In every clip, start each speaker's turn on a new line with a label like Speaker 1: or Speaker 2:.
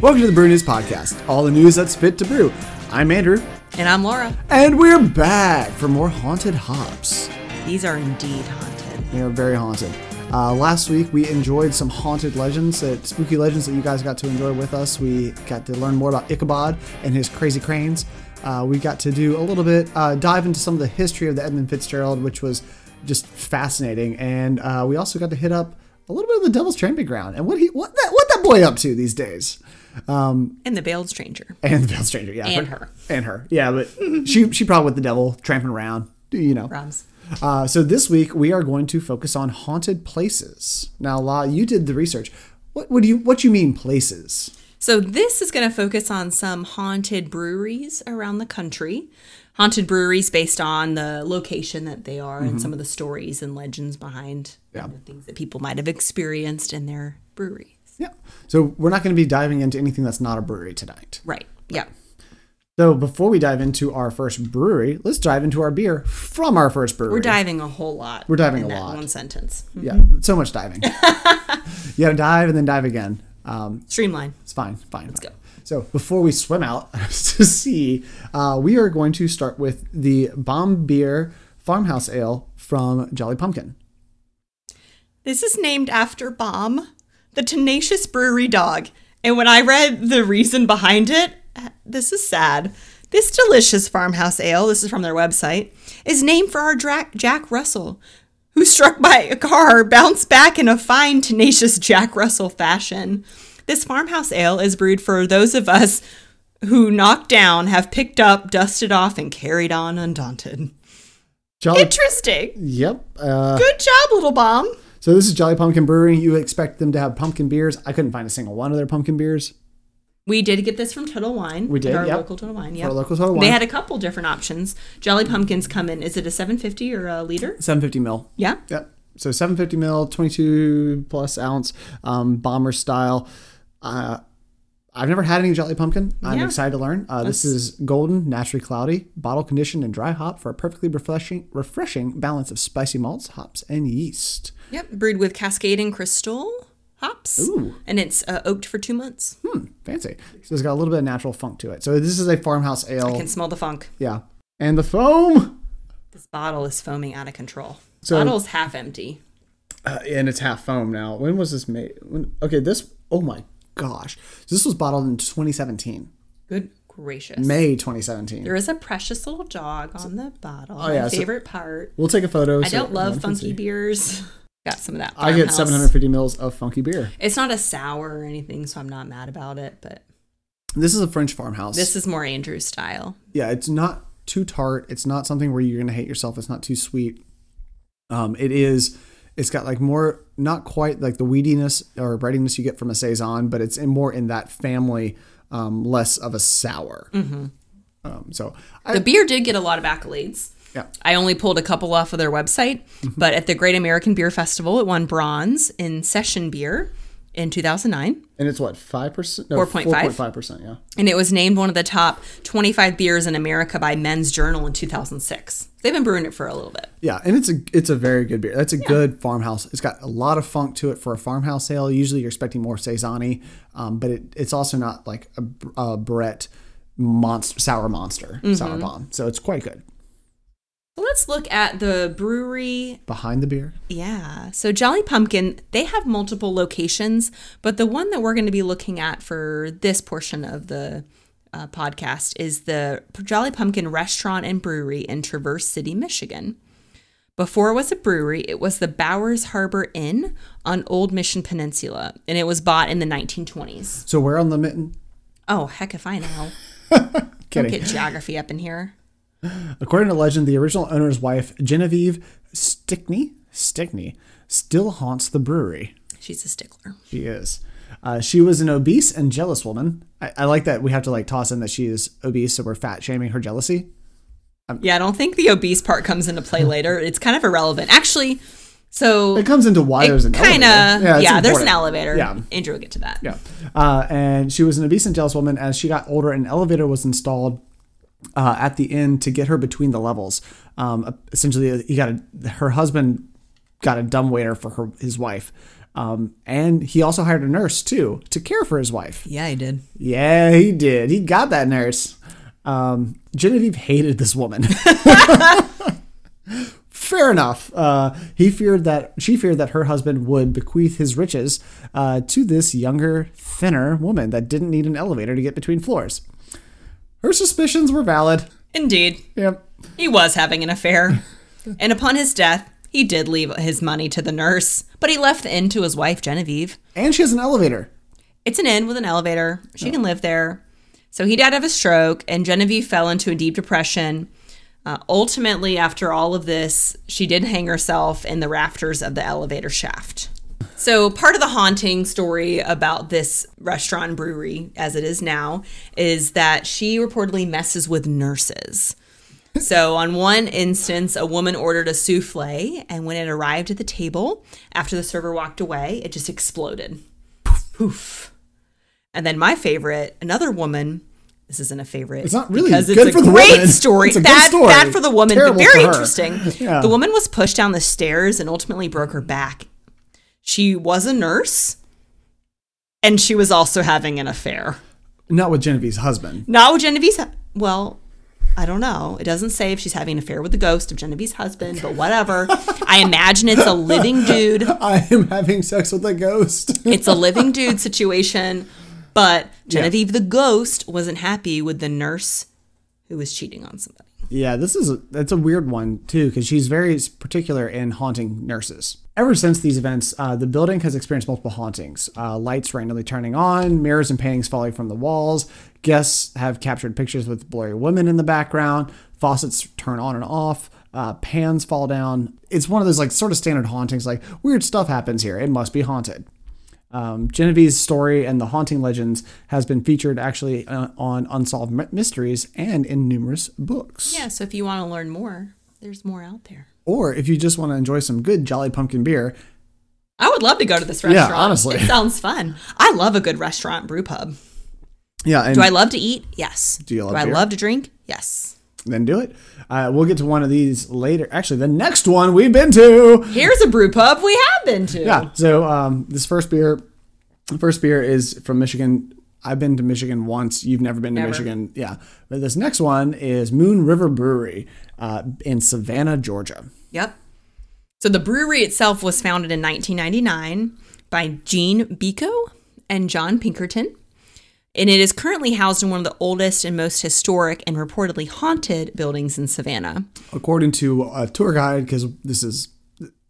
Speaker 1: Welcome to the Brew News Podcast, all the news that's fit to brew. I'm Andrew,
Speaker 2: And I'm Laura.
Speaker 1: and we're back for more haunted hops.
Speaker 2: These are indeed haunted.
Speaker 1: They are very haunted. Uh, last week we enjoyed some haunted legends, that spooky legends that you guys got to enjoy with us. We got to learn more about Ichabod and his crazy cranes. Uh, we got to do a little bit uh, dive into some of the history of the Edmund Fitzgerald, which was just fascinating. And uh, we also got to hit up a little bit of the Devil's Tramping Ground and what he what that what that boy up to these days.
Speaker 2: And the Veiled Stranger.
Speaker 1: And the Veiled Stranger, yeah,
Speaker 2: And her.
Speaker 1: and her, yeah, but she she probably with the devil tramping around, you know.
Speaker 2: Rhymes.
Speaker 1: Uh, so this week we are going to focus on haunted places. Now, La, you did the research. What would you what you mean places?
Speaker 2: So this is going to focus on some haunted breweries around the country. Haunted breweries based on the location that they are and some of the stories and legends behind
Speaker 1: Mm-hmm. Yeah.
Speaker 2: the things that people might have experienced in their breweries.
Speaker 1: Yeah. So we're not going to be diving into anything that's not a brewery tonight.
Speaker 2: Right. Yeah.
Speaker 1: So before we dive into our first brewery, let's dive into our beer from our first brewery.
Speaker 2: We're diving a whole lot. We're
Speaker 1: diving
Speaker 2: in
Speaker 1: a
Speaker 2: that
Speaker 1: lot.
Speaker 2: One sentence.
Speaker 1: yeah, so much diving. yeah, dive and then dive again. Um,
Speaker 2: Streamline.
Speaker 1: It's fine, fine. Let's
Speaker 2: go.
Speaker 1: So before we swim out to sea, uh, we are going to start with the Bomb Beer Farmhouse Ale from Jolly Pumpkin.
Speaker 2: This is named after Bomb, the tenacious brewery dog. And when I read the reason behind it, uh, this is sad. This delicious farmhouse ale, this is from their website, is named for our dra- Jack Russell, who struck by a car bounced back in a fine, tenacious Jack Russell fashion. This farmhouse ale is brewed for those of us who knocked down, have picked up, dusted off, and carried on undaunted.
Speaker 1: Jolly,
Speaker 2: Interesting.
Speaker 1: yep. Uh,
Speaker 2: Good job, little bomb.
Speaker 1: so this is Jolly Pumpkin Brewery. You expect them to have pumpkin beers. I couldn't find a single one of their pumpkin beers.
Speaker 2: We did get this from Total Wine.
Speaker 1: We did,
Speaker 2: Our
Speaker 1: yep.
Speaker 2: local Total Wine. Yeah.
Speaker 1: our local Total Wine.
Speaker 2: They had a couple different options. Jolly Pumpkins come in. Is it a 750 or a liter?
Speaker 1: Seven fifty mil.
Speaker 2: Yeah.
Speaker 1: Yep. So 750 mil, 22 plus ounce, um, bomber style. Uh, I've never had any Jolly Pumpkin. I'm
Speaker 2: Yeah.
Speaker 1: excited to learn. Uh, this is golden, naturally cloudy, bottle conditioned, and dry hop for a perfectly refreshing, refreshing balance of spicy malts, hops, and yeast.
Speaker 2: Yep. Brewed with Cascading Crystal hops.
Speaker 1: Ooh.
Speaker 2: And it's uh, oaked for two months.
Speaker 1: Hmm, fancy. So it's got a little bit of natural funk to it. So this is a farmhouse ale.
Speaker 2: I can smell the funk.
Speaker 1: yeah. And the foam.
Speaker 2: This bottle is foaming out of control.
Speaker 1: So-
Speaker 2: Bottle's half empty.
Speaker 1: Uh, and it's half foam now. When was this made? When, okay, this. Oh my gosh. This was bottled in 2017,
Speaker 2: Good gracious.
Speaker 1: May 2017.
Speaker 2: there is a precious little dog on the bottle. Oh,
Speaker 1: yeah,
Speaker 2: My
Speaker 1: so-
Speaker 2: favorite part.
Speaker 1: We'll take a photo.
Speaker 2: I don't love funky beers. Got some of that.
Speaker 1: I get
Speaker 2: farmhouse.
Speaker 1: 750 mils of funky beer.
Speaker 2: It's not a sour or anything, so I'm not mad about it, but.
Speaker 1: This is a French farmhouse.
Speaker 2: This is more Andrew's style.
Speaker 1: yeah, it's not too tart. It's not something where you're gonna hate yourself. It's not too sweet. Um, it is. It's got like more, not quite like the weediness or breadiness you get from a saison, but it's in more in that family, um, less of a sour. Um, so I,
Speaker 2: Mm-hmm. The beer did get a lot of accolades.
Speaker 1: Yeah.
Speaker 2: I only pulled a couple off of their website, but at the Great American Beer Festival, it won bronze in session beer in 2009,
Speaker 1: and it's what five percent, no,
Speaker 2: 4.5?
Speaker 1: percent. Yeah,
Speaker 2: and it was named one of the top 25 beers in America by Men's Journal in 2006. They've been brewing it for a little bit.
Speaker 1: Yeah, and it's a it's a very good beer. That's a good farmhouse. It's got a lot of funk to it for a farmhouse ale. Usually, you're expecting more saison um, but it, it's also not like a, a Brett monster sour monster sour bomb. So it's quite good
Speaker 2: So let's look at the brewery
Speaker 1: behind the beer.
Speaker 2: Yeah. So Jolly Pumpkin, they have multiple locations, but the one that we're going to be looking at for this portion of the uh, podcast is the Jolly Pumpkin Restaurant and Brewery in Traverse City, Michigan. Before it was a brewery, it was the Bowers Harbor Inn on Old Mission Peninsula, and it was bought in the 1920s.
Speaker 1: So we're on the mitten.
Speaker 2: Oh, heck if I know. Don't
Speaker 1: Kidding.
Speaker 2: get geography up in here.
Speaker 1: According to legend, the original owner's wife Genevieve Stickney Stickney still haunts the brewery.
Speaker 2: She's a stickler.
Speaker 1: She is. Uh, she was an obese and jealous woman. I, I like that we have to like toss in that she is obese, so we're fat shaming her jealousy.
Speaker 2: Yeah, I don't think the obese part comes into play later. It's kind of irrelevant. Actually, so
Speaker 1: It comes into why there's an
Speaker 2: kind of
Speaker 1: elevator.
Speaker 2: yeah,
Speaker 1: it's
Speaker 2: there's an
Speaker 1: important.
Speaker 2: elevator
Speaker 1: Yeah.
Speaker 2: andrew will get to that
Speaker 1: Yeah. Uh, and she was an obese and jealous woman. As she got older, an elevator was installed uh, at the inn to get her between the levels. uh, Um, essentially, he got a, her husband got a dumbwaiter for her his wife, Um, and he also hired a nurse too to care for his wife.
Speaker 2: Yeah, I did.
Speaker 1: Yeah, he did. He got that nurse. Um, Genevieve hated this woman. Fair enough. Uh, he feared that she feared that her husband would bequeath his riches uh, to this younger, thinner woman that didn't need an elevator to get between floors. Her suspicions were valid.
Speaker 2: Indeed.
Speaker 1: Yep.
Speaker 2: He was having an affair. and upon his death, he did leave his money to the nurse, but he left the inn to his wife, Genevieve.
Speaker 1: And she has an elevator.
Speaker 2: It's an inn with an elevator. She can live there. So he died of a stroke, and Genevieve fell into a deep depression. Uh, ultimately, after all of this, she did hang herself in the rafters of the elevator shaft. So, part of the haunting story about this restaurant and brewery, as it is now, is that she reportedly messes with nurses. So, on one instance, a woman ordered a souffle, and when it arrived at the table, after the server walked away, it just exploded. Poof, poof. And then, my favorite, another woman. This isn't a favorite. It's
Speaker 1: not really
Speaker 2: because it's
Speaker 1: good
Speaker 2: a
Speaker 1: for the
Speaker 2: great
Speaker 1: woman.
Speaker 2: story.
Speaker 1: It's a good
Speaker 2: bad,
Speaker 1: story.
Speaker 2: bad for the woman,
Speaker 1: Terrible
Speaker 2: but very
Speaker 1: for her.
Speaker 2: interesting.
Speaker 1: Yeah.
Speaker 2: The woman was pushed down the stairs and ultimately broke her back. She was a nurse, and she was also having an affair.
Speaker 1: Not with Genevieve's husband.
Speaker 2: Not with Genevieve's. Well, I don't know. It doesn't say if she's having an affair with the ghost of Genevieve's husband, but whatever. I imagine it's a living dude.
Speaker 1: I am having sex with a ghost.
Speaker 2: It's a living dude situation. But Genevieve the ghost wasn't happy with the nurse who was cheating on somebody.
Speaker 1: Yeah, this is a, that's a weird one too because she's very particular in haunting nurses. Ever since these events, uh, the building has experienced multiple hauntings. Uh, lights randomly turning on, mirrors and paintings falling from the walls. Guests have captured pictures with blurry women in the background. Faucets turn on and off. Uh, pans fall down. It's one of those like sort of standard hauntings. Like weird stuff happens here. It must be haunted. Um, Genevieve's story and the haunting legends has been featured actually uh, on Unsolved Mi- Mysteries and in numerous books.
Speaker 2: Yeah, so if you want to learn more, there's more out there.
Speaker 1: Or if you just want to enjoy some good Jolly Pumpkin beer,
Speaker 2: I would love to go to this restaurant.
Speaker 1: honestly.
Speaker 2: It sounds fun. I love a good restaurant brew pub.
Speaker 1: yeah, and
Speaker 2: Do I love to eat? Yes. Do
Speaker 1: you love
Speaker 2: Do I
Speaker 1: beer?
Speaker 2: love to drink? Yes.
Speaker 1: then do it. Uh, we'll get to one of these later. Actually, the next one we've been to.
Speaker 2: Here's a brew pub we have been to.
Speaker 1: Yeah. So um, this first beer, the first beer is from Michigan. I've been to Michigan once. You've never been to
Speaker 2: Never.
Speaker 1: Michigan. Yeah. But this next one is Moon River Brewery uh, in Savannah, Georgia.
Speaker 2: Yep. So the brewery itself was founded in 1999 by Gene Biko and John Pinkerton. And it is currently housed in one of the oldest and most historic and reportedly haunted buildings in Savannah.
Speaker 1: according to a tour guide, because this is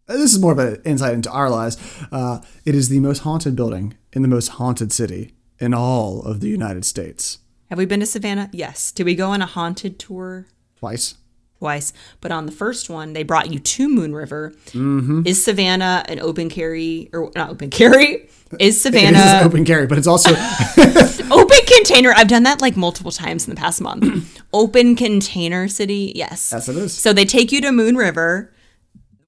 Speaker 1: this is more of an insight into our lives. Uh, it is the most haunted building in the most haunted city in all of the United States.
Speaker 2: Have we been to Savannah? Yes. Did we go on a haunted tour?
Speaker 1: Twice.
Speaker 2: twice. But on the first one, they brought you to Moon River. Is Savannah an open carry or not open carry? Is
Speaker 1: It is
Speaker 2: Savannah
Speaker 1: open carry, but it's also
Speaker 2: open container? I've done that like multiple times in the past month. open container city, yes.
Speaker 1: yes, it is.
Speaker 2: So they take you to Moon River.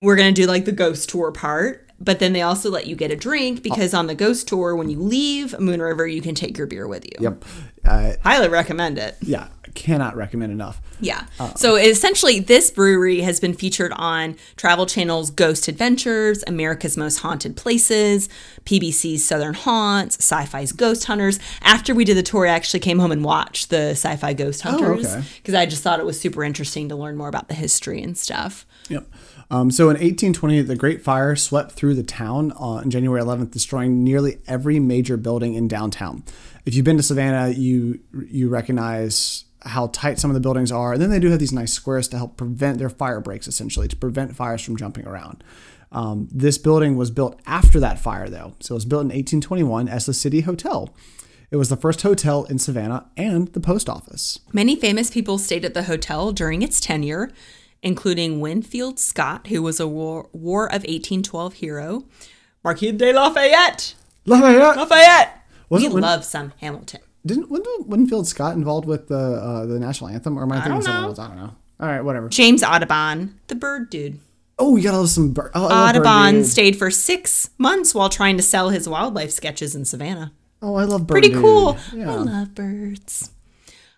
Speaker 2: We're gonna do like the ghost tour part, but then they also let you get a drink because on the ghost tour, when you leave Moon River, you can take your beer with you.
Speaker 1: Yep. Uh,
Speaker 2: Highly recommend it.
Speaker 1: yeah, I cannot recommend enough.
Speaker 2: Yeah.
Speaker 1: Oh.
Speaker 2: so essentially, this brewery has been featured on Travel Channel's Ghost Adventures, America's Most Haunted Places, PBC's Southern Haunts, Sci Fi's Ghost Hunters. After we did the tour, I actually came home and watched the Sci Fi Ghost Hunters
Speaker 1: Oh, okay.
Speaker 2: because I just thought it was super interesting to learn more about the history and stuff.
Speaker 1: Yep. Um, so in 1820, the Great Fire swept through the town on January 11th, destroying nearly every major building in downtown. If you've been to Savannah, you you recognize how tight some of the buildings are, and then they do have these nice squares to help prevent their fire breaks, essentially to prevent fires from jumping around. Um, this building was built after that fire, though, so it was built in 1821 as the City Hotel. It was the first hotel in Savannah and the post office.
Speaker 2: Many famous people stayed at the hotel during its tenure, including Winfield Scott, who was a War, War of 1812 hero, Marquis de Lafayette. Lafayette!
Speaker 1: Wasn't
Speaker 2: we
Speaker 1: Win-
Speaker 2: love some Hamilton.
Speaker 1: Didn't wasn't Winfield Scott involved with the uh, the national anthem, or am I thinking
Speaker 2: don't
Speaker 1: someone
Speaker 2: know.
Speaker 1: else? I don't know. All right, whatever.
Speaker 2: James Audubon, the bird dude.
Speaker 1: Oh, we got all some. Bir- oh, I love
Speaker 2: Audubon
Speaker 1: Bird Dude.
Speaker 2: stayed for six months while trying to sell his wildlife sketches in Savannah.
Speaker 1: Oh, I love Bird
Speaker 2: Pretty
Speaker 1: Dude.
Speaker 2: cool. I
Speaker 1: Yeah.
Speaker 2: love birds.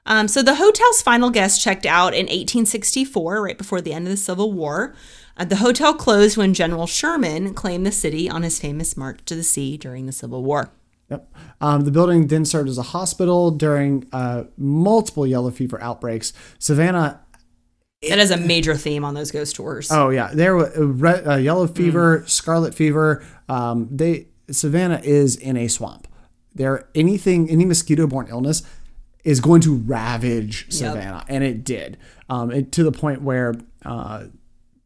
Speaker 2: Um, so the hotel's final guest checked out in 1864, right before the end of the Civil War. Uh, the hotel closed when General Sherman claimed the city on his famous march to the sea during the Civil War.
Speaker 1: Yep. Um, the building then served as a hospital during uh, multiple yellow fever outbreaks. Savannah
Speaker 2: That is a major theme on those ghost tours.
Speaker 1: Oh yeah, there were uh, red, uh, yellow fever, scarlet fever. Um, they Savannah is in a swamp. There, anything, any mosquito-borne illness is going to ravage Savannah, and it did. Um, it, to the point where uh,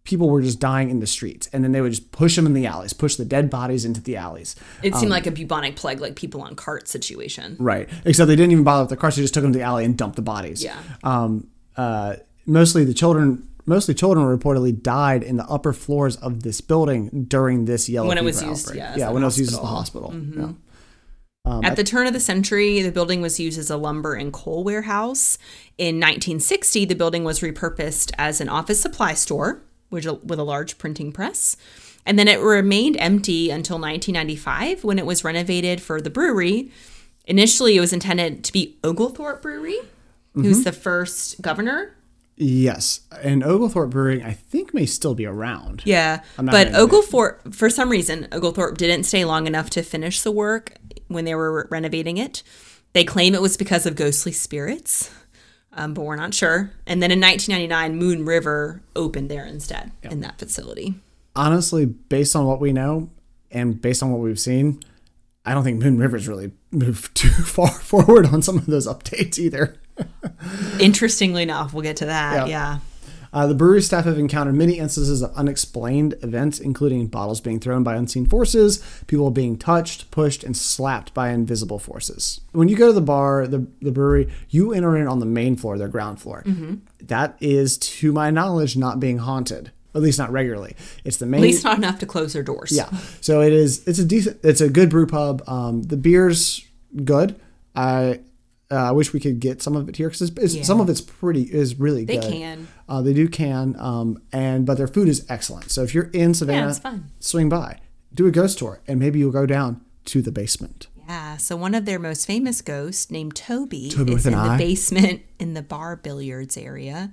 Speaker 1: people were just dying in the streets, and then they would just push them in the alleys, push the dead bodies into the alleys.
Speaker 2: It
Speaker 1: Oh.
Speaker 2: seemed like a bubonic plague, like people on cart situation.
Speaker 1: Right. Except they didn't even bother with the cars; they just took them to the alley and dumped the bodies.
Speaker 2: Yeah.
Speaker 1: um, uh, mostly the children mostly children reportedly died in the upper floors of this building during this yellow
Speaker 2: When it
Speaker 1: fever
Speaker 2: was used,
Speaker 1: outbreak.
Speaker 2: yeah, as Mm-hmm.
Speaker 1: yeah
Speaker 2: a
Speaker 1: when it was used as the hospital yeah.
Speaker 2: At the turn of the century, the building was used as a lumber and coal warehouse. In 1960, the building was repurposed as an office supply store which- with a large printing press. And then it remained empty until 1995 when it was renovated for the brewery. Initially, it was intended to be Oglethorpe Brewery, who's the first governor.
Speaker 1: yes and oglethorpe brewing i think may still be around
Speaker 2: Yeah.
Speaker 1: not
Speaker 2: But
Speaker 1: gonna admit.
Speaker 2: Oglethorpe, for some reason, Oglethorpe didn't stay long enough to finish the work when they were renovating it. They claim it was because of ghostly spirits, um, but we're not sure. And then in 1999, Moon River opened there instead in that facility.
Speaker 1: honestly based on what we know and based on what we've seen i don't think moon river's really moved too far forward on some of those updates either
Speaker 2: Interestingly enough, we'll get to that. Yeah.
Speaker 1: Uh, the brewery staff have encountered many instances of unexplained events, including bottles being thrown by unseen forces, people being touched, pushed, and slapped by invisible forces. When you go to the bar, the, the brewery, you enter in on the main floor, their ground floor.
Speaker 2: Mm-hmm.
Speaker 1: That is, to my knowledge, not being haunted. At least not regularly. It's the main.
Speaker 2: At least not enough to close their doors.
Speaker 1: Yeah. So it is. It's a decent. It's a good brew pub. Um, the beer's good. I. Uh, I wish we could get some of it here because it's, it's, some of it's pretty is really
Speaker 2: They
Speaker 1: good.
Speaker 2: can.
Speaker 1: Uh, they do can. Um, and but their food is excellent. So if you're in Savannah,
Speaker 2: it's fun.
Speaker 1: swing by, do a ghost tour, and maybe you'll go down to the basement.
Speaker 2: Yeah. So one of their most famous ghosts, named Toby,
Speaker 1: Toby
Speaker 2: is
Speaker 1: with an
Speaker 2: in
Speaker 1: eye.
Speaker 2: the basement in the bar billiards area.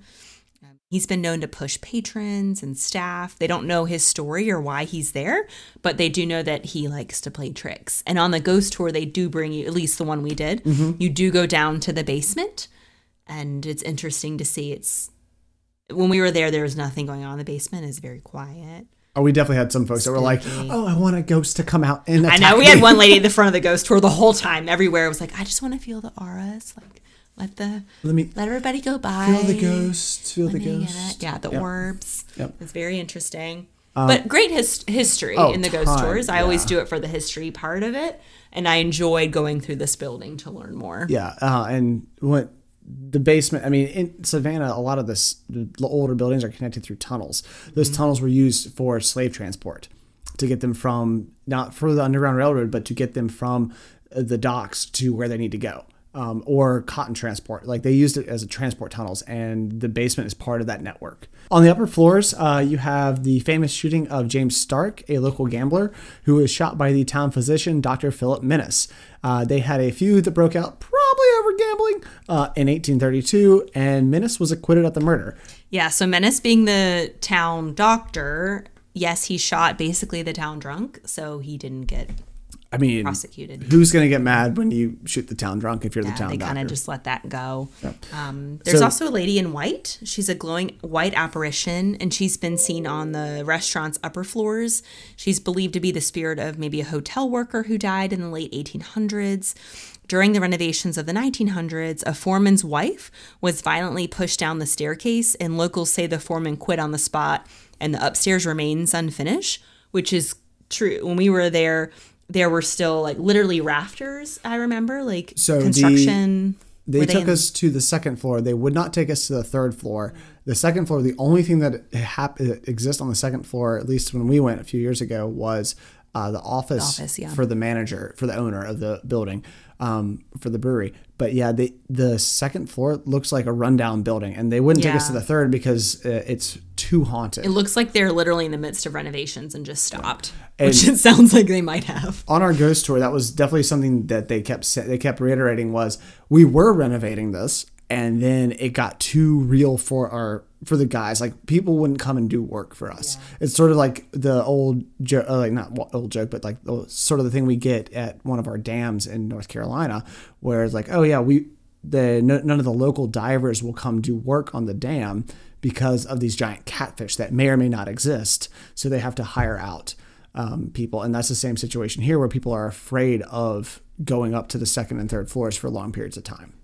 Speaker 2: Um, He's been known to push patrons and staff. They don't know his story or why he's there, but they do know that he likes to play tricks. And on the ghost tour, they do bring you, at least the one we did,
Speaker 1: Mm-hmm.
Speaker 2: you do go down to the basement. And it's interesting to see. It's when we were there, there was nothing going on in the basement. It's very quiet.
Speaker 1: Oh, we definitely had some folks that were like, "Oh, I want a ghost to come out and
Speaker 2: I
Speaker 1: attack
Speaker 2: know we
Speaker 1: me."
Speaker 2: had one lady at the front of the ghost tour the whole time, everywhere. It was like, I just want to feel the auras, like let the
Speaker 1: Let me
Speaker 2: let everybody go by.
Speaker 1: feel the ghosts. Feel the
Speaker 2: Let me get it.
Speaker 1: ghosts.
Speaker 2: Yeah, the orbs.
Speaker 1: Yep. Um,
Speaker 2: It's very interesting. but great his- history
Speaker 1: oh,
Speaker 2: in the ghost
Speaker 1: ton,
Speaker 2: tours. I always
Speaker 1: yeah.
Speaker 2: do it for the history part of it, and I enjoyed going through this building to learn more.
Speaker 1: Yeah, uh, and what the basement? I mean, in Savannah, a lot of this the older buildings are connected through tunnels. Those tunnels were used for slave transport to get them from not for the Underground Railroad, but to get them from uh, the docks to where they need to go. Um, or cotton transport, like they used it as a transport tunnels, and the basement is part of that network. On the upper floors, uh, you have the famous shooting of James Stark, a local gambler, who was shot by the town physician, Dr. Philip Menace. Uh, they had a feud that broke out probably over gambling uh, in 1832, and Menace was acquitted of the murder.
Speaker 2: Yeah, so Menace being the town doctor, yes, he shot basically the town drunk, so he didn't get
Speaker 1: I mean,
Speaker 2: prosecuted.
Speaker 1: who's going to get mad when you shoot the town drunk if you're the
Speaker 2: Yeah,
Speaker 1: town
Speaker 2: they kind
Speaker 1: doctor?
Speaker 2: of just let that go. Um, there's
Speaker 1: So-
Speaker 2: also a lady in white. She's a glowing white apparition, and she's been seen on the restaurant's upper floors. She's believed to be the spirit of maybe a hotel worker who died in the late 1800s. During the renovations of the 1900s, a foreman's wife was violently pushed down the staircase, and locals say the foreman quit on the spot, and the upstairs remains unfinished, which is true. When we were there, there were still like literally rafters. I remember like
Speaker 1: So the-
Speaker 2: construction.
Speaker 1: they
Speaker 2: were
Speaker 1: took
Speaker 2: in-
Speaker 1: us to the second floor. They would not take us to the third floor. The second floor, the only thing that hap- that exists on the second floor, at least when we went a few years ago, was uh, the office,
Speaker 2: office, yeah.
Speaker 1: for the manager, for the owner of the building, um, for the brewery. But yeah, the the second floor looks like a rundown building, and they wouldn't take us to
Speaker 2: Yeah.
Speaker 1: the third because uh, it's too haunted.
Speaker 2: It looks like they're literally in the midst of renovations and just stopped, which it sounds like they might have.
Speaker 1: on our ghost tour, that was definitely something that they kept sa- they kept reiterating was we were renovating this, and then it got too real for our for the guys. Like people wouldn't come and do work for us. It's sort of like the old joke, uh, like not wa- old joke, but like the, sort of the thing we get at one of our dams in North Carolina, where it's like, oh yeah, we the no, none of the local divers will come do work on the dam because of these giant catfish that may or may not exist. So they have to hire out um, people, and that's the same situation here, where people are afraid of going up to the second and third floors for long periods of time.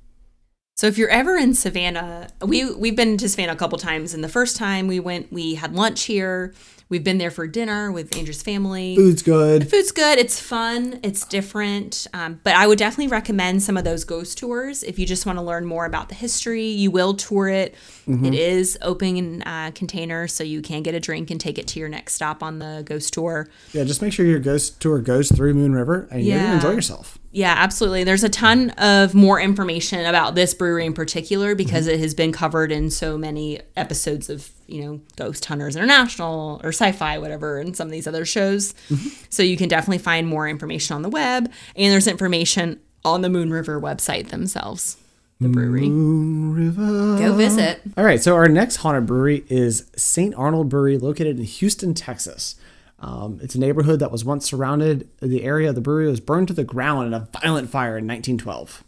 Speaker 2: So if you're ever in Savannah, we we've been to Savannah a couple times, and the first time we went, we had lunch here. We've been there for dinner with Andrew's family.
Speaker 1: Food's good.
Speaker 2: Food's good. It's fun. It's different. Um, but I would definitely recommend some of those ghost tours if you just want to learn more about the history. You will tour it.
Speaker 1: Mm-hmm.
Speaker 2: It is open uh, container, so you can get a drink and take it to your next stop on the ghost tour.
Speaker 1: Yeah, just make sure your ghost tour goes through Moon River and you're gonna
Speaker 2: Yeah.
Speaker 1: enjoy yourself.
Speaker 2: Yeah, absolutely. There's a ton of more information about this brewery in particular because
Speaker 1: Mm-hmm.
Speaker 2: it has been covered in so many episodes of, you know, Ghost Hunters International or Sci Fi, whatever, and some of these other shows.
Speaker 1: Mm-hmm.
Speaker 2: So you can definitely find more information on the web. And there's information on the Moon River website themselves, the brewery.
Speaker 1: Moon River.
Speaker 2: Go visit.
Speaker 1: All right, so our next haunted brewery is St. Arnold Brewery, located in Houston, Texas. Um, it's a neighborhood that was once surrounded. The area of the brewery was burned to the ground in a violent fire in 1912.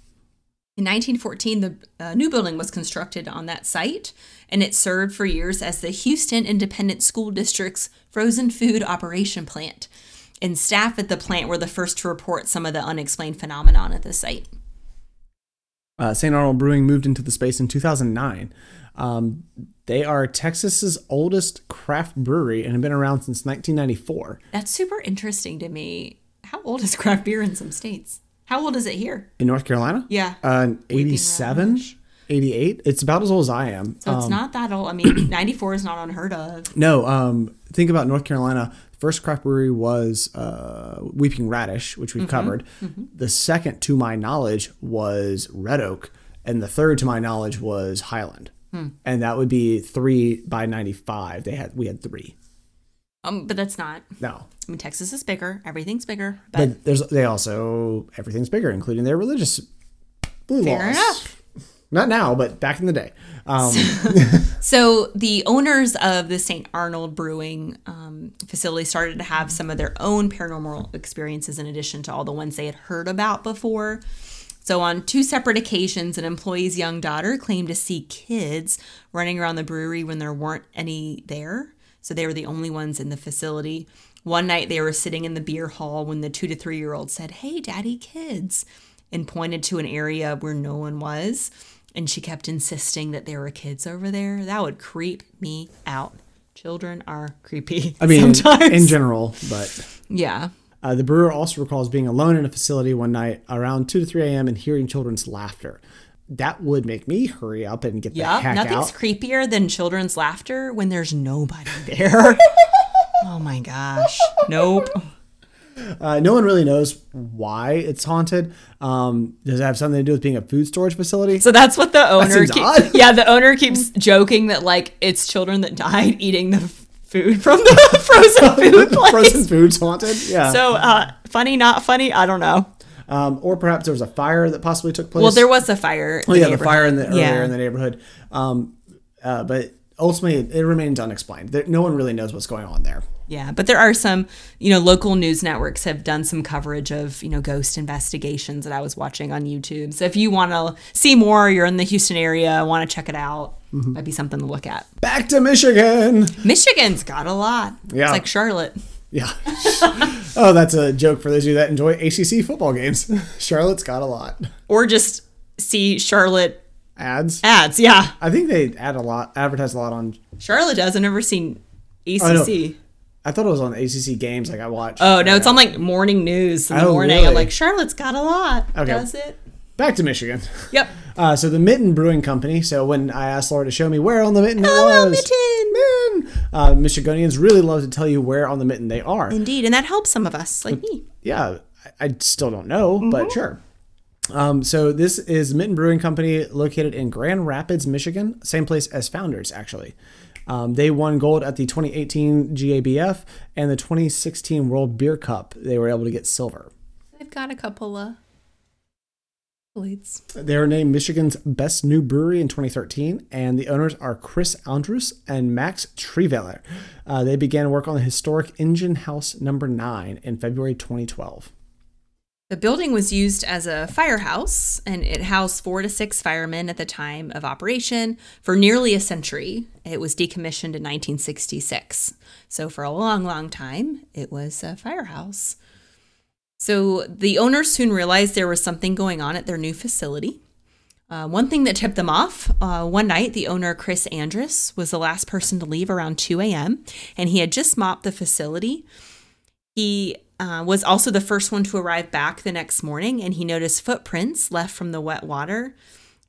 Speaker 2: In 1914, the uh, new building was constructed on that site, and it served for years as the Houston Independent School District's frozen food operation plant. And staff at the plant were the first to report some of the unexplained phenomenon at the site.
Speaker 1: Uh, St. Arnold Brewing moved into the space in 2009. Um, they are Texas's oldest craft brewery and have been around since 1994.
Speaker 2: That's super interesting to me. How old is craft beer in some states? How old is it here?
Speaker 1: In North Carolina?
Speaker 2: Yeah.
Speaker 1: Uh, 87, 88. It's about as old as I am. Um,
Speaker 2: So it's not that old. I mean, 94 is not unheard of.
Speaker 1: No, um, think about North Carolina. First craft brewery was uh, Weeping Radish, which we've
Speaker 2: Mm-hmm.
Speaker 1: covered. The second, to my knowledge, was Red Oak, and the third, to my knowledge, was Highland.
Speaker 2: Hmm.
Speaker 1: And that would be three by ninety-five. They had we had three.
Speaker 2: Um, but that's not.
Speaker 1: No,
Speaker 2: I mean, Texas is bigger. Everything's bigger. But,
Speaker 1: but there's they also everything's bigger, including their religious blue
Speaker 2: Fair
Speaker 1: laws.
Speaker 2: enough.
Speaker 1: Not now, but back in the day. Um,
Speaker 2: So the owners of the St. Arnold Brewing um, facility started to have some of their own paranormal experiences in addition to all the ones they had heard about before. So on two separate occasions, an employee's young daughter claimed to see kids running around the brewery when there weren't any there. So they were the only ones in the facility. One night they were sitting in the beer hall when the two to three year old said, Hey, daddy, kids, and pointed to an area where no one was. And she kept insisting that there were kids over there. That would creep me out. Children are creepy.
Speaker 1: I mean,
Speaker 2: sometimes.
Speaker 1: in general, but.
Speaker 2: yeah.
Speaker 1: Uh, the brewer also recalls being alone in a facility one night around 2 to 3 a.m. and hearing children's laughter. That would make me hurry up and get the
Speaker 2: Yep.
Speaker 1: heck
Speaker 2: Nothing's
Speaker 1: out.
Speaker 2: creepier than children's laughter when there's nobody there. oh my gosh. Nope.
Speaker 1: Uh, no one really knows why it's haunted. Um, does it have something to do with being a food storage facility?
Speaker 2: So that's what the owner.
Speaker 1: seems
Speaker 2: keep-
Speaker 1: odd.
Speaker 2: Yeah, the owner keeps joking that like it's children that died eating the f- food from the frozen food place.
Speaker 1: Frozen food's haunted? Yeah.
Speaker 2: So uh, funny, not funny. I don't know.
Speaker 1: um, or perhaps there was a fire that possibly took place.
Speaker 2: Well, there was a fire.
Speaker 1: Oh, yeah, the fire in the earlier
Speaker 2: Yeah.
Speaker 1: in the neighborhood. Um, uh, but ultimately, it, it remains unexplained. There, no one really knows what's going on there.
Speaker 2: Yeah, but there are some, you know, local news networks have done some coverage of, you know, ghost investigations that I was watching on YouTube. So if you want to see more, you're in the Houston area, want to check it out, might be something to look at.
Speaker 1: Back to Michigan.
Speaker 2: Michigan's got a lot.
Speaker 1: Yeah.
Speaker 2: It's like Charlotte.
Speaker 1: Yeah. oh, that's a joke for those of you that enjoy ACC football games. Charlotte's got a lot.
Speaker 2: Or just see Charlotte
Speaker 1: Ads.
Speaker 2: ads. Yeah.
Speaker 1: I think they add a lot, advertise a lot on.
Speaker 2: Charlotte does. I've never seen
Speaker 1: no.
Speaker 2: ECC.
Speaker 1: I thought it was on ACC games, like I watched.
Speaker 2: Oh, no, it's on like morning news in the
Speaker 1: Oh,
Speaker 2: morning.
Speaker 1: really?
Speaker 2: I'm like, Charlotte's got a lot.
Speaker 1: Okay.
Speaker 2: Does it?
Speaker 1: Back to Michigan.
Speaker 2: Yep.
Speaker 1: Uh, so the Mitten Brewing Company. So when I asked Laura to show me where on the mitten
Speaker 2: Hello,
Speaker 1: it was, mitten. Uh, Michiganians really love to tell you where on the mitten they are.
Speaker 2: Indeed. And that helps some of us, like me.
Speaker 1: yeah, I, I still don't know, but sure. Um, so this is Mitten Brewing Company, located in Grand Rapids, Michigan, same place as Founders, actually. Um, they won gold at the 2018 GABF and the 2016 World Beer Cup. They were able to get silver.
Speaker 2: I've got a couple of accolades.
Speaker 1: They were named Michigan's best new brewery in 2013, and the owners are Chris Andrus and Max Treveller. Uh, they began work on the historic Engine House Number Nine in February 2012.
Speaker 2: The building was used as a firehouse, and it housed four to six firemen at the time of operation for nearly a century. It was decommissioned in 1966. So, for a long, long time, it was a firehouse. So, the owners soon realized there was something going on at their new facility. Uh, one thing that tipped them off uh, one night, the owner, Chris Andrus, was the last person to leave around 2 a.m., and he had just mopped the facility. He uh, was also the first one to arrive back the next morning and he noticed footprints left from the wet water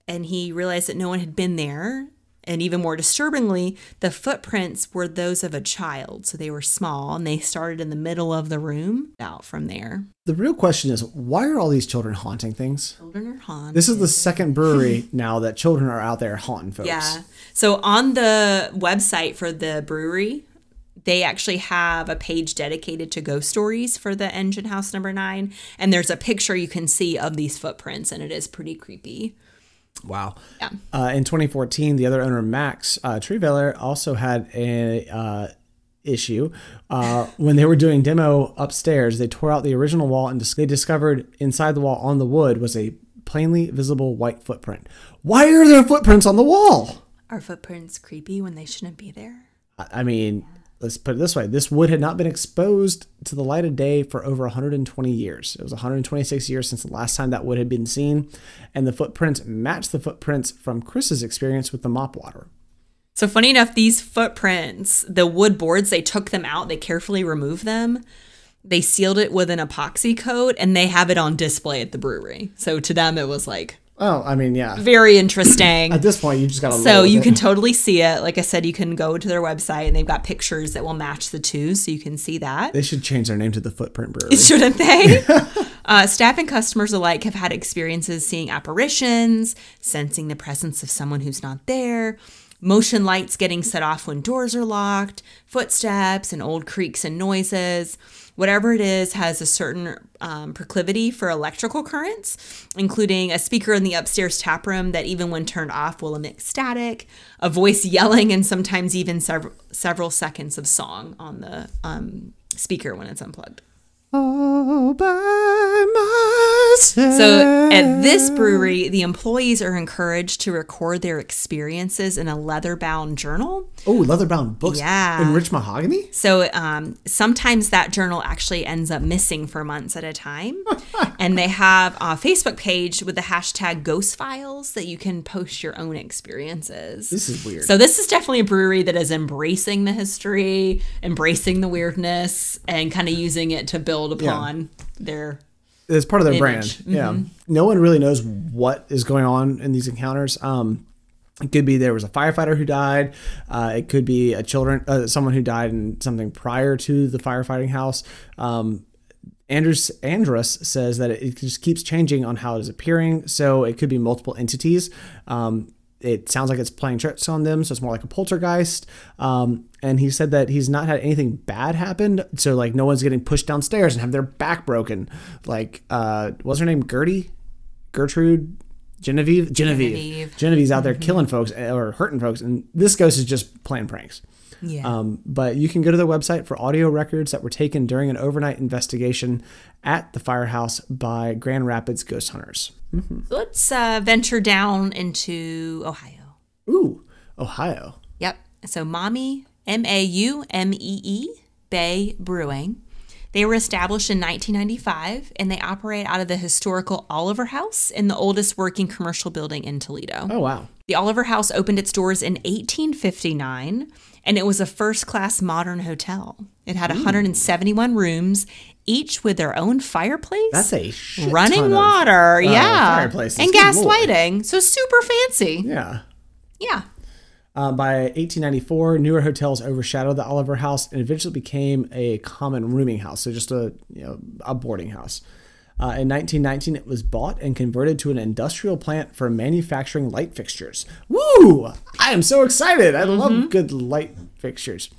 Speaker 2: and he realized that no one had been there and even more disturbingly the footprints were those of a child so they were small and they started in the middle of the room out from there
Speaker 1: The real question is why are all these children haunting things?
Speaker 2: children are haunted
Speaker 1: This is the second brewery now that children are out there haunting folks.
Speaker 2: Yeah. So on the website for the brewery, they actually have a page dedicated to ghost stories for the engine house number nine. And there's a picture you can see of these footprints, and it is pretty creepy.
Speaker 1: Wow.
Speaker 2: Yeah.
Speaker 1: Uh, in 2014, the other owner, Max uh, Treveller, also had a uh, issue. Uh, when they were doing demo upstairs, they tore out the original wall and dis- they discovered inside the wall on the wood was a plainly visible white footprint. Why are there footprints on the wall?
Speaker 2: Are footprints creepy when they shouldn't be there?
Speaker 1: I I mean, let's put it this way this wood had not been exposed to the light of day for over 120 years. It was 126 years since the last time that wood had been seen, and the footprints matched the footprints from Chris's experience with the mop water.
Speaker 2: So funny enough, these footprints, the wood boards, they took them out, they carefully removed them. They sealed it with an epoxy coat and they have it on display at the brewery. So to them it was like
Speaker 1: Oh, I mean, yeah.
Speaker 2: very interesting.
Speaker 1: At this point, you just got to.
Speaker 2: So you can totally see it. Like I said, you can go to their website and they've got pictures that will match the two, so you can see that.
Speaker 1: They should change their name to the Footprint Brewery.
Speaker 2: Shouldn't they? uh, staff and customers alike have had experiences seeing apparitions, sensing the presence of someone who's not there, motion lights getting set off when doors are locked, footsteps and old creaks and noises. Whatever it is has a certain um, proclivity for electrical currents, including a speaker in the upstairs tap room that, even when turned off, will emit static, a voice yelling, and sometimes even several several seconds of song on the um, speaker when it's unplugged.
Speaker 1: All by myself.
Speaker 2: So at this brewery, the employees are encouraged to record their experiences in a leather bound journal.
Speaker 1: Oh, leather bound books.
Speaker 2: Yeah.
Speaker 1: Enriched mahogany?
Speaker 2: So um, sometimes that journal actually ends up missing for months at a time. and they have a Facebook page with the hashtag ghost files that you can post your own experiences.
Speaker 1: This is weird.
Speaker 2: So this is definitely a brewery that is embracing the history, embracing the weirdness, and kind of using it to build upon their
Speaker 1: it's part of their brand.
Speaker 2: Image.
Speaker 1: Yeah. No one really knows what is going on in these encounters. Um, it could be there was a firefighter who died. Uh, it could be a children, uh, someone who died in something prior to the firefighting house. Um, Andrews Andrus says that it just keeps changing on how it is appearing, so it could be multiple entities. Um, it sounds like it's playing tricks on them, so it's more like a poltergeist. Um, and he said that he's not had anything bad happen, so like no one's getting pushed downstairs and have their back broken. Like, uh, what's her name? Gertie, Gertrude, Genevieve, Genevieve,
Speaker 2: Genevieve.
Speaker 1: Genevieve's out there killing folks uh, or hurting folks, and this ghost is just playing pranks.
Speaker 2: yeah.
Speaker 1: Um, but you can go to their website for audio records that were taken during an overnight investigation at the firehouse by Grand Rapids ghost hunters.
Speaker 2: Let's uh, venture down into Ohio.
Speaker 1: Ooh, Ohio.
Speaker 2: Yep. So, Mommy, M A U M E E, Bay Brewing. They were established in 1995 and they operate out of the historical Oliver House in the oldest working commercial building in Toledo.
Speaker 1: Oh wow.
Speaker 2: The Oliver House opened its doors in 1859 and it was a first class modern hotel. It had
Speaker 1: Hmm.
Speaker 2: 171 rooms, each with their own fireplace.
Speaker 1: That's a shit
Speaker 2: running
Speaker 1: ton of- uh,
Speaker 2: water, yeah,
Speaker 1: fireplaces.
Speaker 2: and
Speaker 1: Good
Speaker 2: gas
Speaker 1: lord.
Speaker 2: lighting, so super fancy.
Speaker 1: yeah.
Speaker 2: Yeah,
Speaker 1: Uh, by 1894, newer hotels overshadowed the Oliver House and eventually became a common rooming house, so just a you know a boarding house. Uh, in 1919, it was bought and converted to an industrial plant for manufacturing light fixtures. Woo! I am so excited. I love good light fixtures.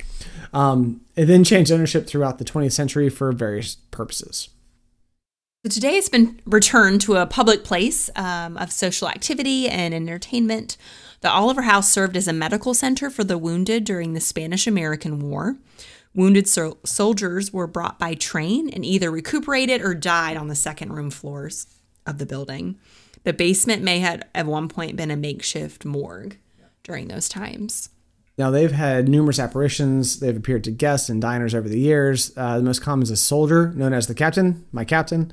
Speaker 1: Um, it then changed ownership throughout the 20th century for various purposes.
Speaker 2: So today has been returned to a public place um, of social activity and entertainment. The Oliver House served as a medical center for the wounded during the Spanish American War. Wounded sol- soldiers were brought by train and either recuperated or died on the second room floors of the building. The basement may have at one point been a makeshift morgue during those times.
Speaker 1: Now they've had numerous apparitions. They've appeared to guests and diners over the years. Uh, the most common is a soldier known as the captain, my captain,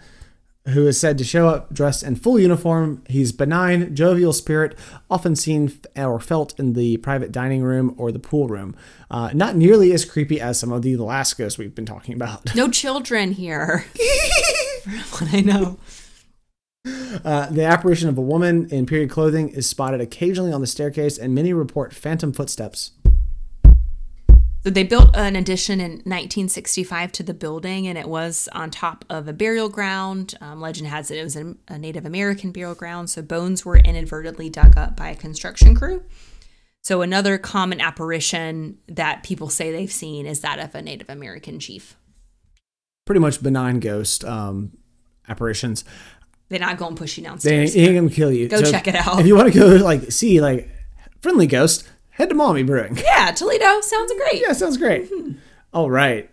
Speaker 1: who is said to show up dressed in full uniform. He's benign, jovial spirit, often seen f- or felt in the private dining room or the pool room. Uh, not nearly as creepy as some of the last ghosts we've been talking about.
Speaker 2: No children here. From what I know.
Speaker 1: Uh, the apparition of a woman in period clothing is spotted occasionally on the staircase, and many report phantom footsteps.
Speaker 2: So they built an addition in 1965 to the building, and it was on top of a burial ground. Um, legend has it it was a, a Native American burial ground, so bones were inadvertently dug up by a construction crew. So another common apparition that people say they've seen is that of a Native American chief.
Speaker 1: Pretty much benign ghost um, apparitions.
Speaker 2: They're not going to push you
Speaker 1: They
Speaker 2: downstairs.
Speaker 1: ain't, he ain't gonna kill you.
Speaker 2: Go check it out.
Speaker 1: If you want to go like see like friendly ghost, head to Mommy Brewing.
Speaker 2: yeah, Toledo sounds great.
Speaker 1: yeah, sounds great. All right,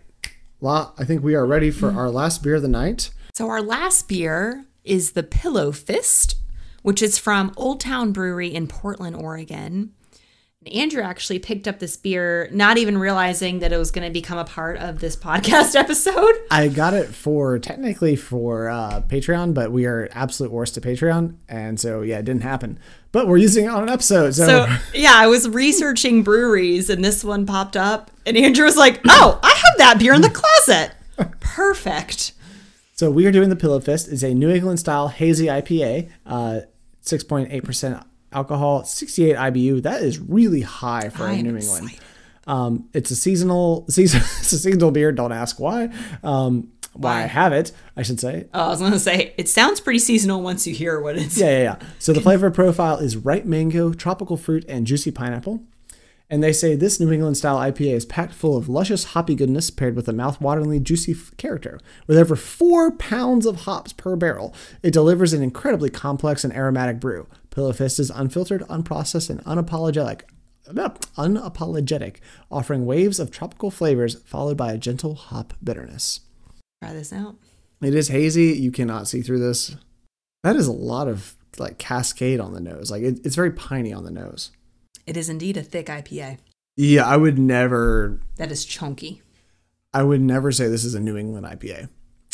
Speaker 1: La, I think we are ready for our last beer of the night.
Speaker 2: So our last beer is the Pillow Fist, which is from Old Town Brewery in Portland, Oregon. And Andrew actually picked up this beer, not even realizing that it was going to become a part of this podcast episode.
Speaker 1: I got it for technically for uh, Patreon, but we are absolute worst to Patreon, and so yeah, it didn't happen. But we're using it on an episode, so,
Speaker 2: So yeah, I was researching breweries, and this one popped up, and Andrew was like, "Oh, I have that beer in the closet. Perfect."
Speaker 1: so we are doing the Pillow Fist. It's a New England style hazy IPA, uh, six point eight percent alcohol, sixty eight IBU. That is really high for
Speaker 2: I
Speaker 1: a
Speaker 2: am
Speaker 1: New England.
Speaker 2: excited.
Speaker 1: Um, it's a seasonal season. It's a seasonal beer. Don't ask why. Um, why I have it, I should say.
Speaker 2: Oh, I was going to say it sounds pretty seasonal once you hear what it's.
Speaker 1: Yeah, yeah, yeah. So the flavor profile is ripe mango, tropical fruit, and juicy pineapple. And they say this New England style IPA is packed full of luscious hoppy goodness paired with a mouth-wateringly juicy f- character. With over four pounds of hops per barrel, it delivers an incredibly complex and aromatic brew. Pillow Fist is unfiltered, unprocessed, and unapologetic. uh, Unapologetic, offering waves of tropical flavors followed by a gentle hop bitterness.
Speaker 2: Try this out.
Speaker 1: It is hazy. You cannot see through this. That is a lot of like cascade on the nose. Like it, it's very piney on the nose.
Speaker 2: It is indeed a thick IPA
Speaker 1: Yeah, I would never.
Speaker 2: that is chunky.
Speaker 1: I would never say this is a New England IPA.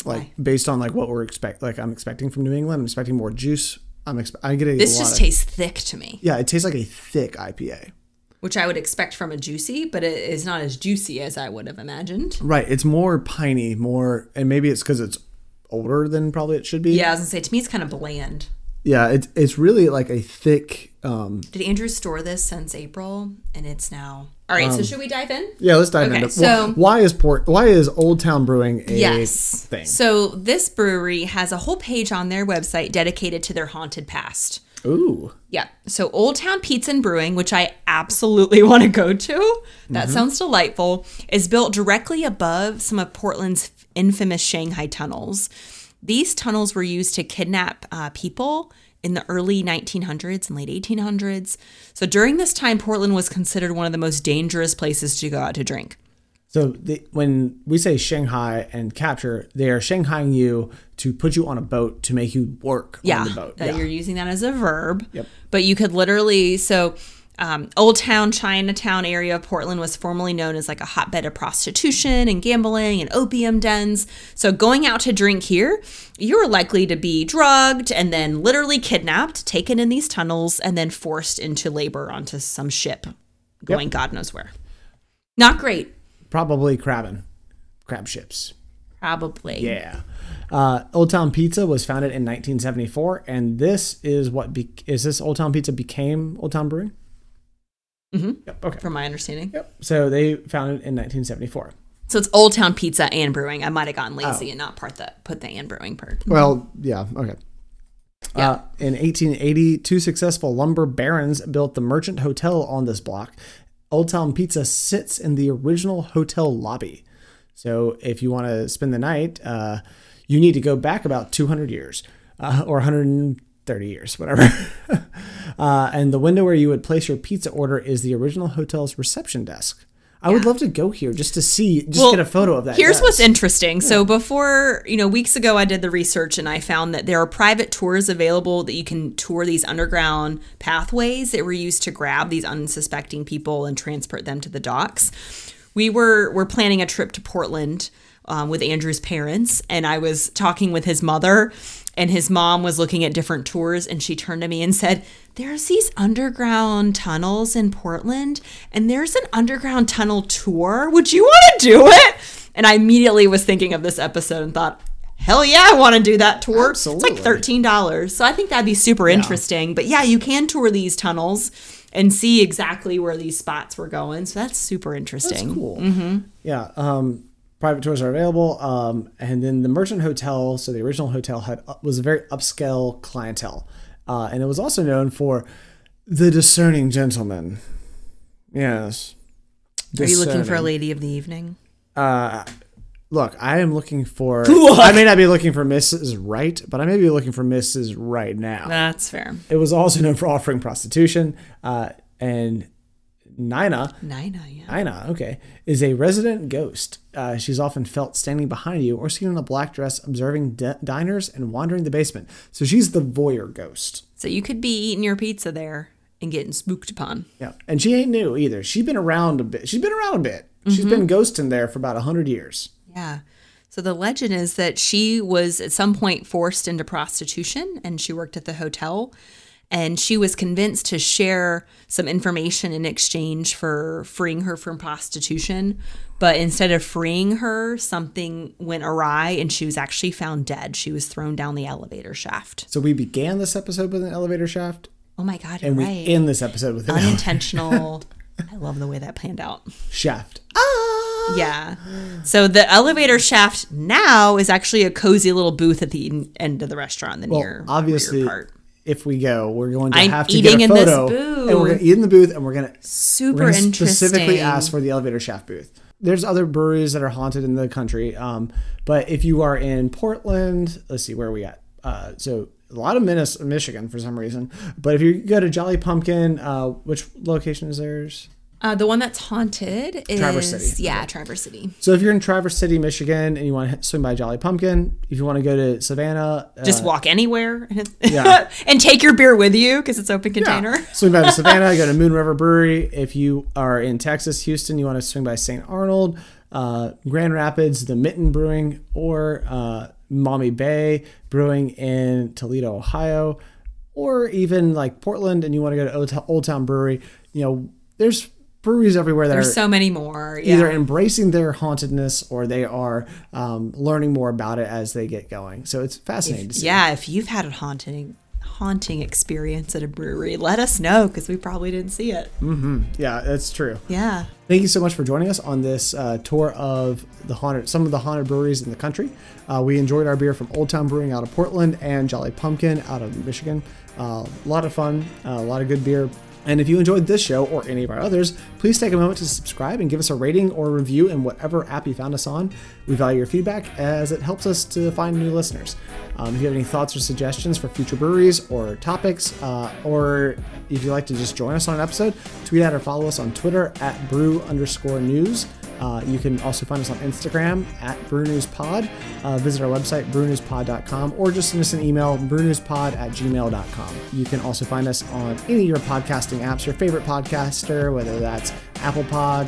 Speaker 1: Like
Speaker 2: Why?
Speaker 1: based on like what we're expect. Like I'm expecting from New England. I'm expecting more juice. I'm expe- I get a
Speaker 2: This
Speaker 1: lot
Speaker 2: just
Speaker 1: of-
Speaker 2: tastes thick to me,
Speaker 1: Yeah, it tastes like a thick IPA.
Speaker 2: which I would expect from a juicy, but it is not as juicy as I would have imagined.
Speaker 1: Right. It's more piney, more, and maybe it's because it's older than probably it should be.
Speaker 2: Yeah, I was gonna say to me it's kind of bland.
Speaker 1: Yeah. It's it's really like a thick. um
Speaker 2: Did Andrew store this since April? And it's now all right. so should we dive in?
Speaker 1: Yeah, let's dive
Speaker 2: Okay,
Speaker 1: into.
Speaker 2: so-
Speaker 1: why is port? Why is Old Town Brewing a
Speaker 2: Yes.
Speaker 1: thing?
Speaker 2: So this brewery has a whole page on their website dedicated to their haunted past.
Speaker 1: Ooh,
Speaker 2: Yeah. So Old Town Pizza and Brewing, which I absolutely want to go to, that sounds delightful, is built directly above some of Portland's infamous Shanghai tunnels. These tunnels were used to kidnap uh, people in the early 1900s and late 1800s. So during this time, Portland was considered one of the most dangerous places to go out to drink.
Speaker 1: so the, when we say Shanghai and capture, they are Shanghaiing you to put you on a boat to make you work
Speaker 2: yeah,
Speaker 1: on the boat.
Speaker 2: That you're using that as a verb.
Speaker 1: Yep.
Speaker 2: But you could literally so um, Old Town Chinatown area of Portland was formerly known as like a hotbed of prostitution and gambling and opium dens. So going out to drink here, you're likely to be drugged and then literally kidnapped, taken in these tunnels, and then forced into labor onto some ship going God knows where. Not great,
Speaker 1: Probably crabbing, crab ships.
Speaker 2: probably.
Speaker 1: Yeah. Uh, Old Town Pizza was founded in 1974, and this is what be- is this Old Town Pizza became Old Town Brewing. Mm-hmm. Yep. Okay.
Speaker 2: From my understanding.
Speaker 1: Yep. So they founded in 1974.
Speaker 2: So it's Old Town Pizza and Brewing. I might have gotten lazy
Speaker 1: Oh.
Speaker 2: and not part the, put the and Brewing part.
Speaker 1: Well, yeah, okay.
Speaker 2: Yeah.
Speaker 1: Uh, in 1880, two successful lumber barons built the Merchant Hotel on this block. Old Town Pizza sits in the original hotel lobby. So if you want to spend the night, uh, you need to go back about 200 years uh, or 130 years, whatever. uh, and the window where you would place your pizza order is the original hotel's reception desk. I would love to go here just to see, just get a photo of that.
Speaker 2: Here's
Speaker 1: desk.
Speaker 2: what's interesting. So before, you know, weeks ago I did the research and I found that there are private tours available that you can tour these underground pathways that were used to grab these unsuspecting people and transport them to the docks. We were were planning a trip to Portland um, with Andrew's parents, and I was talking with his mother, and his mom was looking at different tours, and she turned to me and said, "There's these underground tunnels in Portland, and there's an underground tunnel tour. Would you want to do it?" And I immediately was thinking of this episode and thought, "Hell yeah, I want to do that tour. It's
Speaker 1: Absolutely.
Speaker 2: like thirteen dollars, so I think that'd be super interesting." But yeah, you can tour these tunnels. And see exactly where these spots were going. So that's super interesting.
Speaker 1: cool.
Speaker 2: Mm-hmm.
Speaker 1: Yeah. Um, private tours are available. Um, and then the Merchant Hotel, so the original hotel had uh, was a very upscale clientele, uh, and it was also known for the discerning gentleman. Yes.
Speaker 2: Are you looking for a lady of the evening?
Speaker 1: Look, I am looking for. I may not be looking for Mrs. Right, but I may be looking for Mrs. Right now.
Speaker 2: That's fair.
Speaker 1: It was also known for offering prostitution, uh, and Nina.
Speaker 2: Nina, yeah.
Speaker 1: Ina, okay, is a resident ghost. Uh, she's often felt standing behind you or seen in a black dress observing di- diners and wandering the basement. So she's the voyeur ghost.
Speaker 2: So you could be eating your pizza there and getting spooked upon.
Speaker 1: Yeah. And she ain't new either. She's been around a bit. She's been around a bit. She's
Speaker 2: Mm-hmm.
Speaker 1: been ghosting there for about 100 years.
Speaker 2: Yeah. So the legend is that she was at some point forced into prostitution and she worked at the hotel and she was convinced to share some information in exchange for freeing her from prostitution but instead of freeing her something went awry and she was actually found dead she was thrown down the elevator shaft
Speaker 1: So we began this episode with an elevator shaft,
Speaker 2: oh my god you're
Speaker 1: and we
Speaker 2: right
Speaker 1: end this episode with an elevator
Speaker 2: unintentional i love the way that planned out
Speaker 1: shaft.
Speaker 2: Oh. yeah so the elevator shaft now is actually a cozy little booth at the en- end of the restaurant the near
Speaker 1: Obviously,
Speaker 2: rear part.
Speaker 1: if we go, we're going to
Speaker 2: I'm
Speaker 1: have to get
Speaker 2: eating
Speaker 1: a
Speaker 2: in this
Speaker 1: photo, and we're going to eat in the booth, and we're going to
Speaker 2: super
Speaker 1: We're gonna
Speaker 2: interesting
Speaker 1: Specifically asked for the elevator shaft booth. There's other breweries that are haunted in the country, um, but if you are in Portland, let's see where are we at. Uh, so a lot of Minnes, Michigan for some reason. But if you go to Jolly Pumpkin, uh, which location is theirs?
Speaker 2: uh, the one that's haunted is
Speaker 1: Traverse City.
Speaker 2: yeah traverse city
Speaker 1: So if you're in Traverse City, Michigan, and you want to swing by Jolly Pumpkin, if you want to go to Savannah, uh,
Speaker 2: just walk anywhere
Speaker 1: Yeah.
Speaker 2: and take your beer with you because it's open container
Speaker 1: Yeah. swing by to Savannah, go to Moon River Brewery. If you are in Texas, Houston, you want to swing by St. Arnold, uh, Grand Rapids, the Mitten Brewing, or uh, Mommy Bay Brewing in Toledo, Ohio, or even like Portland, and you want to go to Old Town, Old Town Brewery. You know, there's breweries everywhere that are
Speaker 2: there's so many more yeah
Speaker 1: either embracing their hauntedness or they are um, learning more about it as they get going. So it's fascinating to see.
Speaker 2: yeah if you've had a haunting haunting experience at a brewery let us know because we probably didn't see it
Speaker 1: Mm. yeah, that's true.
Speaker 2: yeah
Speaker 1: Thank you so much for joining us on this uh, tour of the haunted, some of the haunted breweries in the country. Uh, we enjoyed our beer from Old Town Brewing out of Portland and Jolly Pumpkin out of Michigan. A lot of fun, uh, a lot of good beer. And if you enjoyed this show or any of our others, please take a moment to subscribe and give us a rating or review in whatever app you found us on. We value your feedback as it helps us to find new listeners. Um, if you have any thoughts or suggestions for future breweries or topics, uh, or if you'd like to just join us on an episode, tweet at or follow us on Twitter at brew underscore news. Uh, you can also find us on Instagram at brewnewspod. Uh, visit our website, brewnewspod.com, or just send us an email, brewnewspod at gmail.com. You can also find us on any of your podcasting apps, your favorite podcaster, whether that's Apple Pod,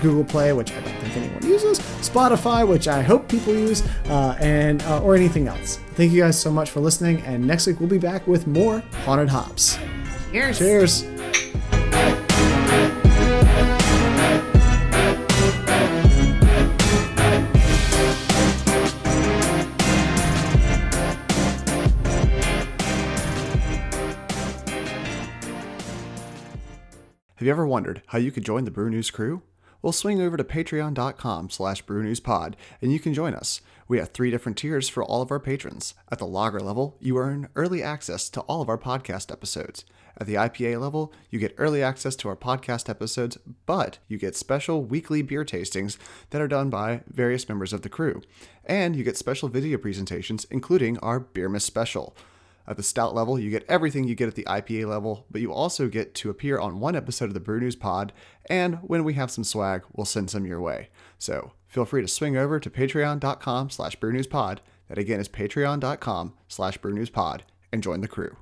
Speaker 1: Google Play, which I don't think anyone uses, Spotify, which I hope people use, uh, and uh, or anything else. Thank you guys so much for listening, and next week we'll be back with more haunted hops.
Speaker 2: cheers
Speaker 1: Cheers.
Speaker 3: Have you ever wondered how you could join the Brew News crew?
Speaker 1: well, swing over to patreon.com slash brewnewspod and you can join us. We have three different tiers for all of our patrons. At the lager level, you earn early access to all of our podcast episodes. At the IPA level, you get early access to our podcast episodes, but you get special weekly beer tastings that are done by various members of the crew. And you get special video presentations, including our Beer Miss special. At the stout level, you get everything you get at the IPA level, but you also get to appear on one episode of the Brew News Pod, and when we have some swag, we'll send some your way. So feel free to swing over to patreon.com slash brewnewspod, that again is patreon.com slash brewnewspod, and join the crew.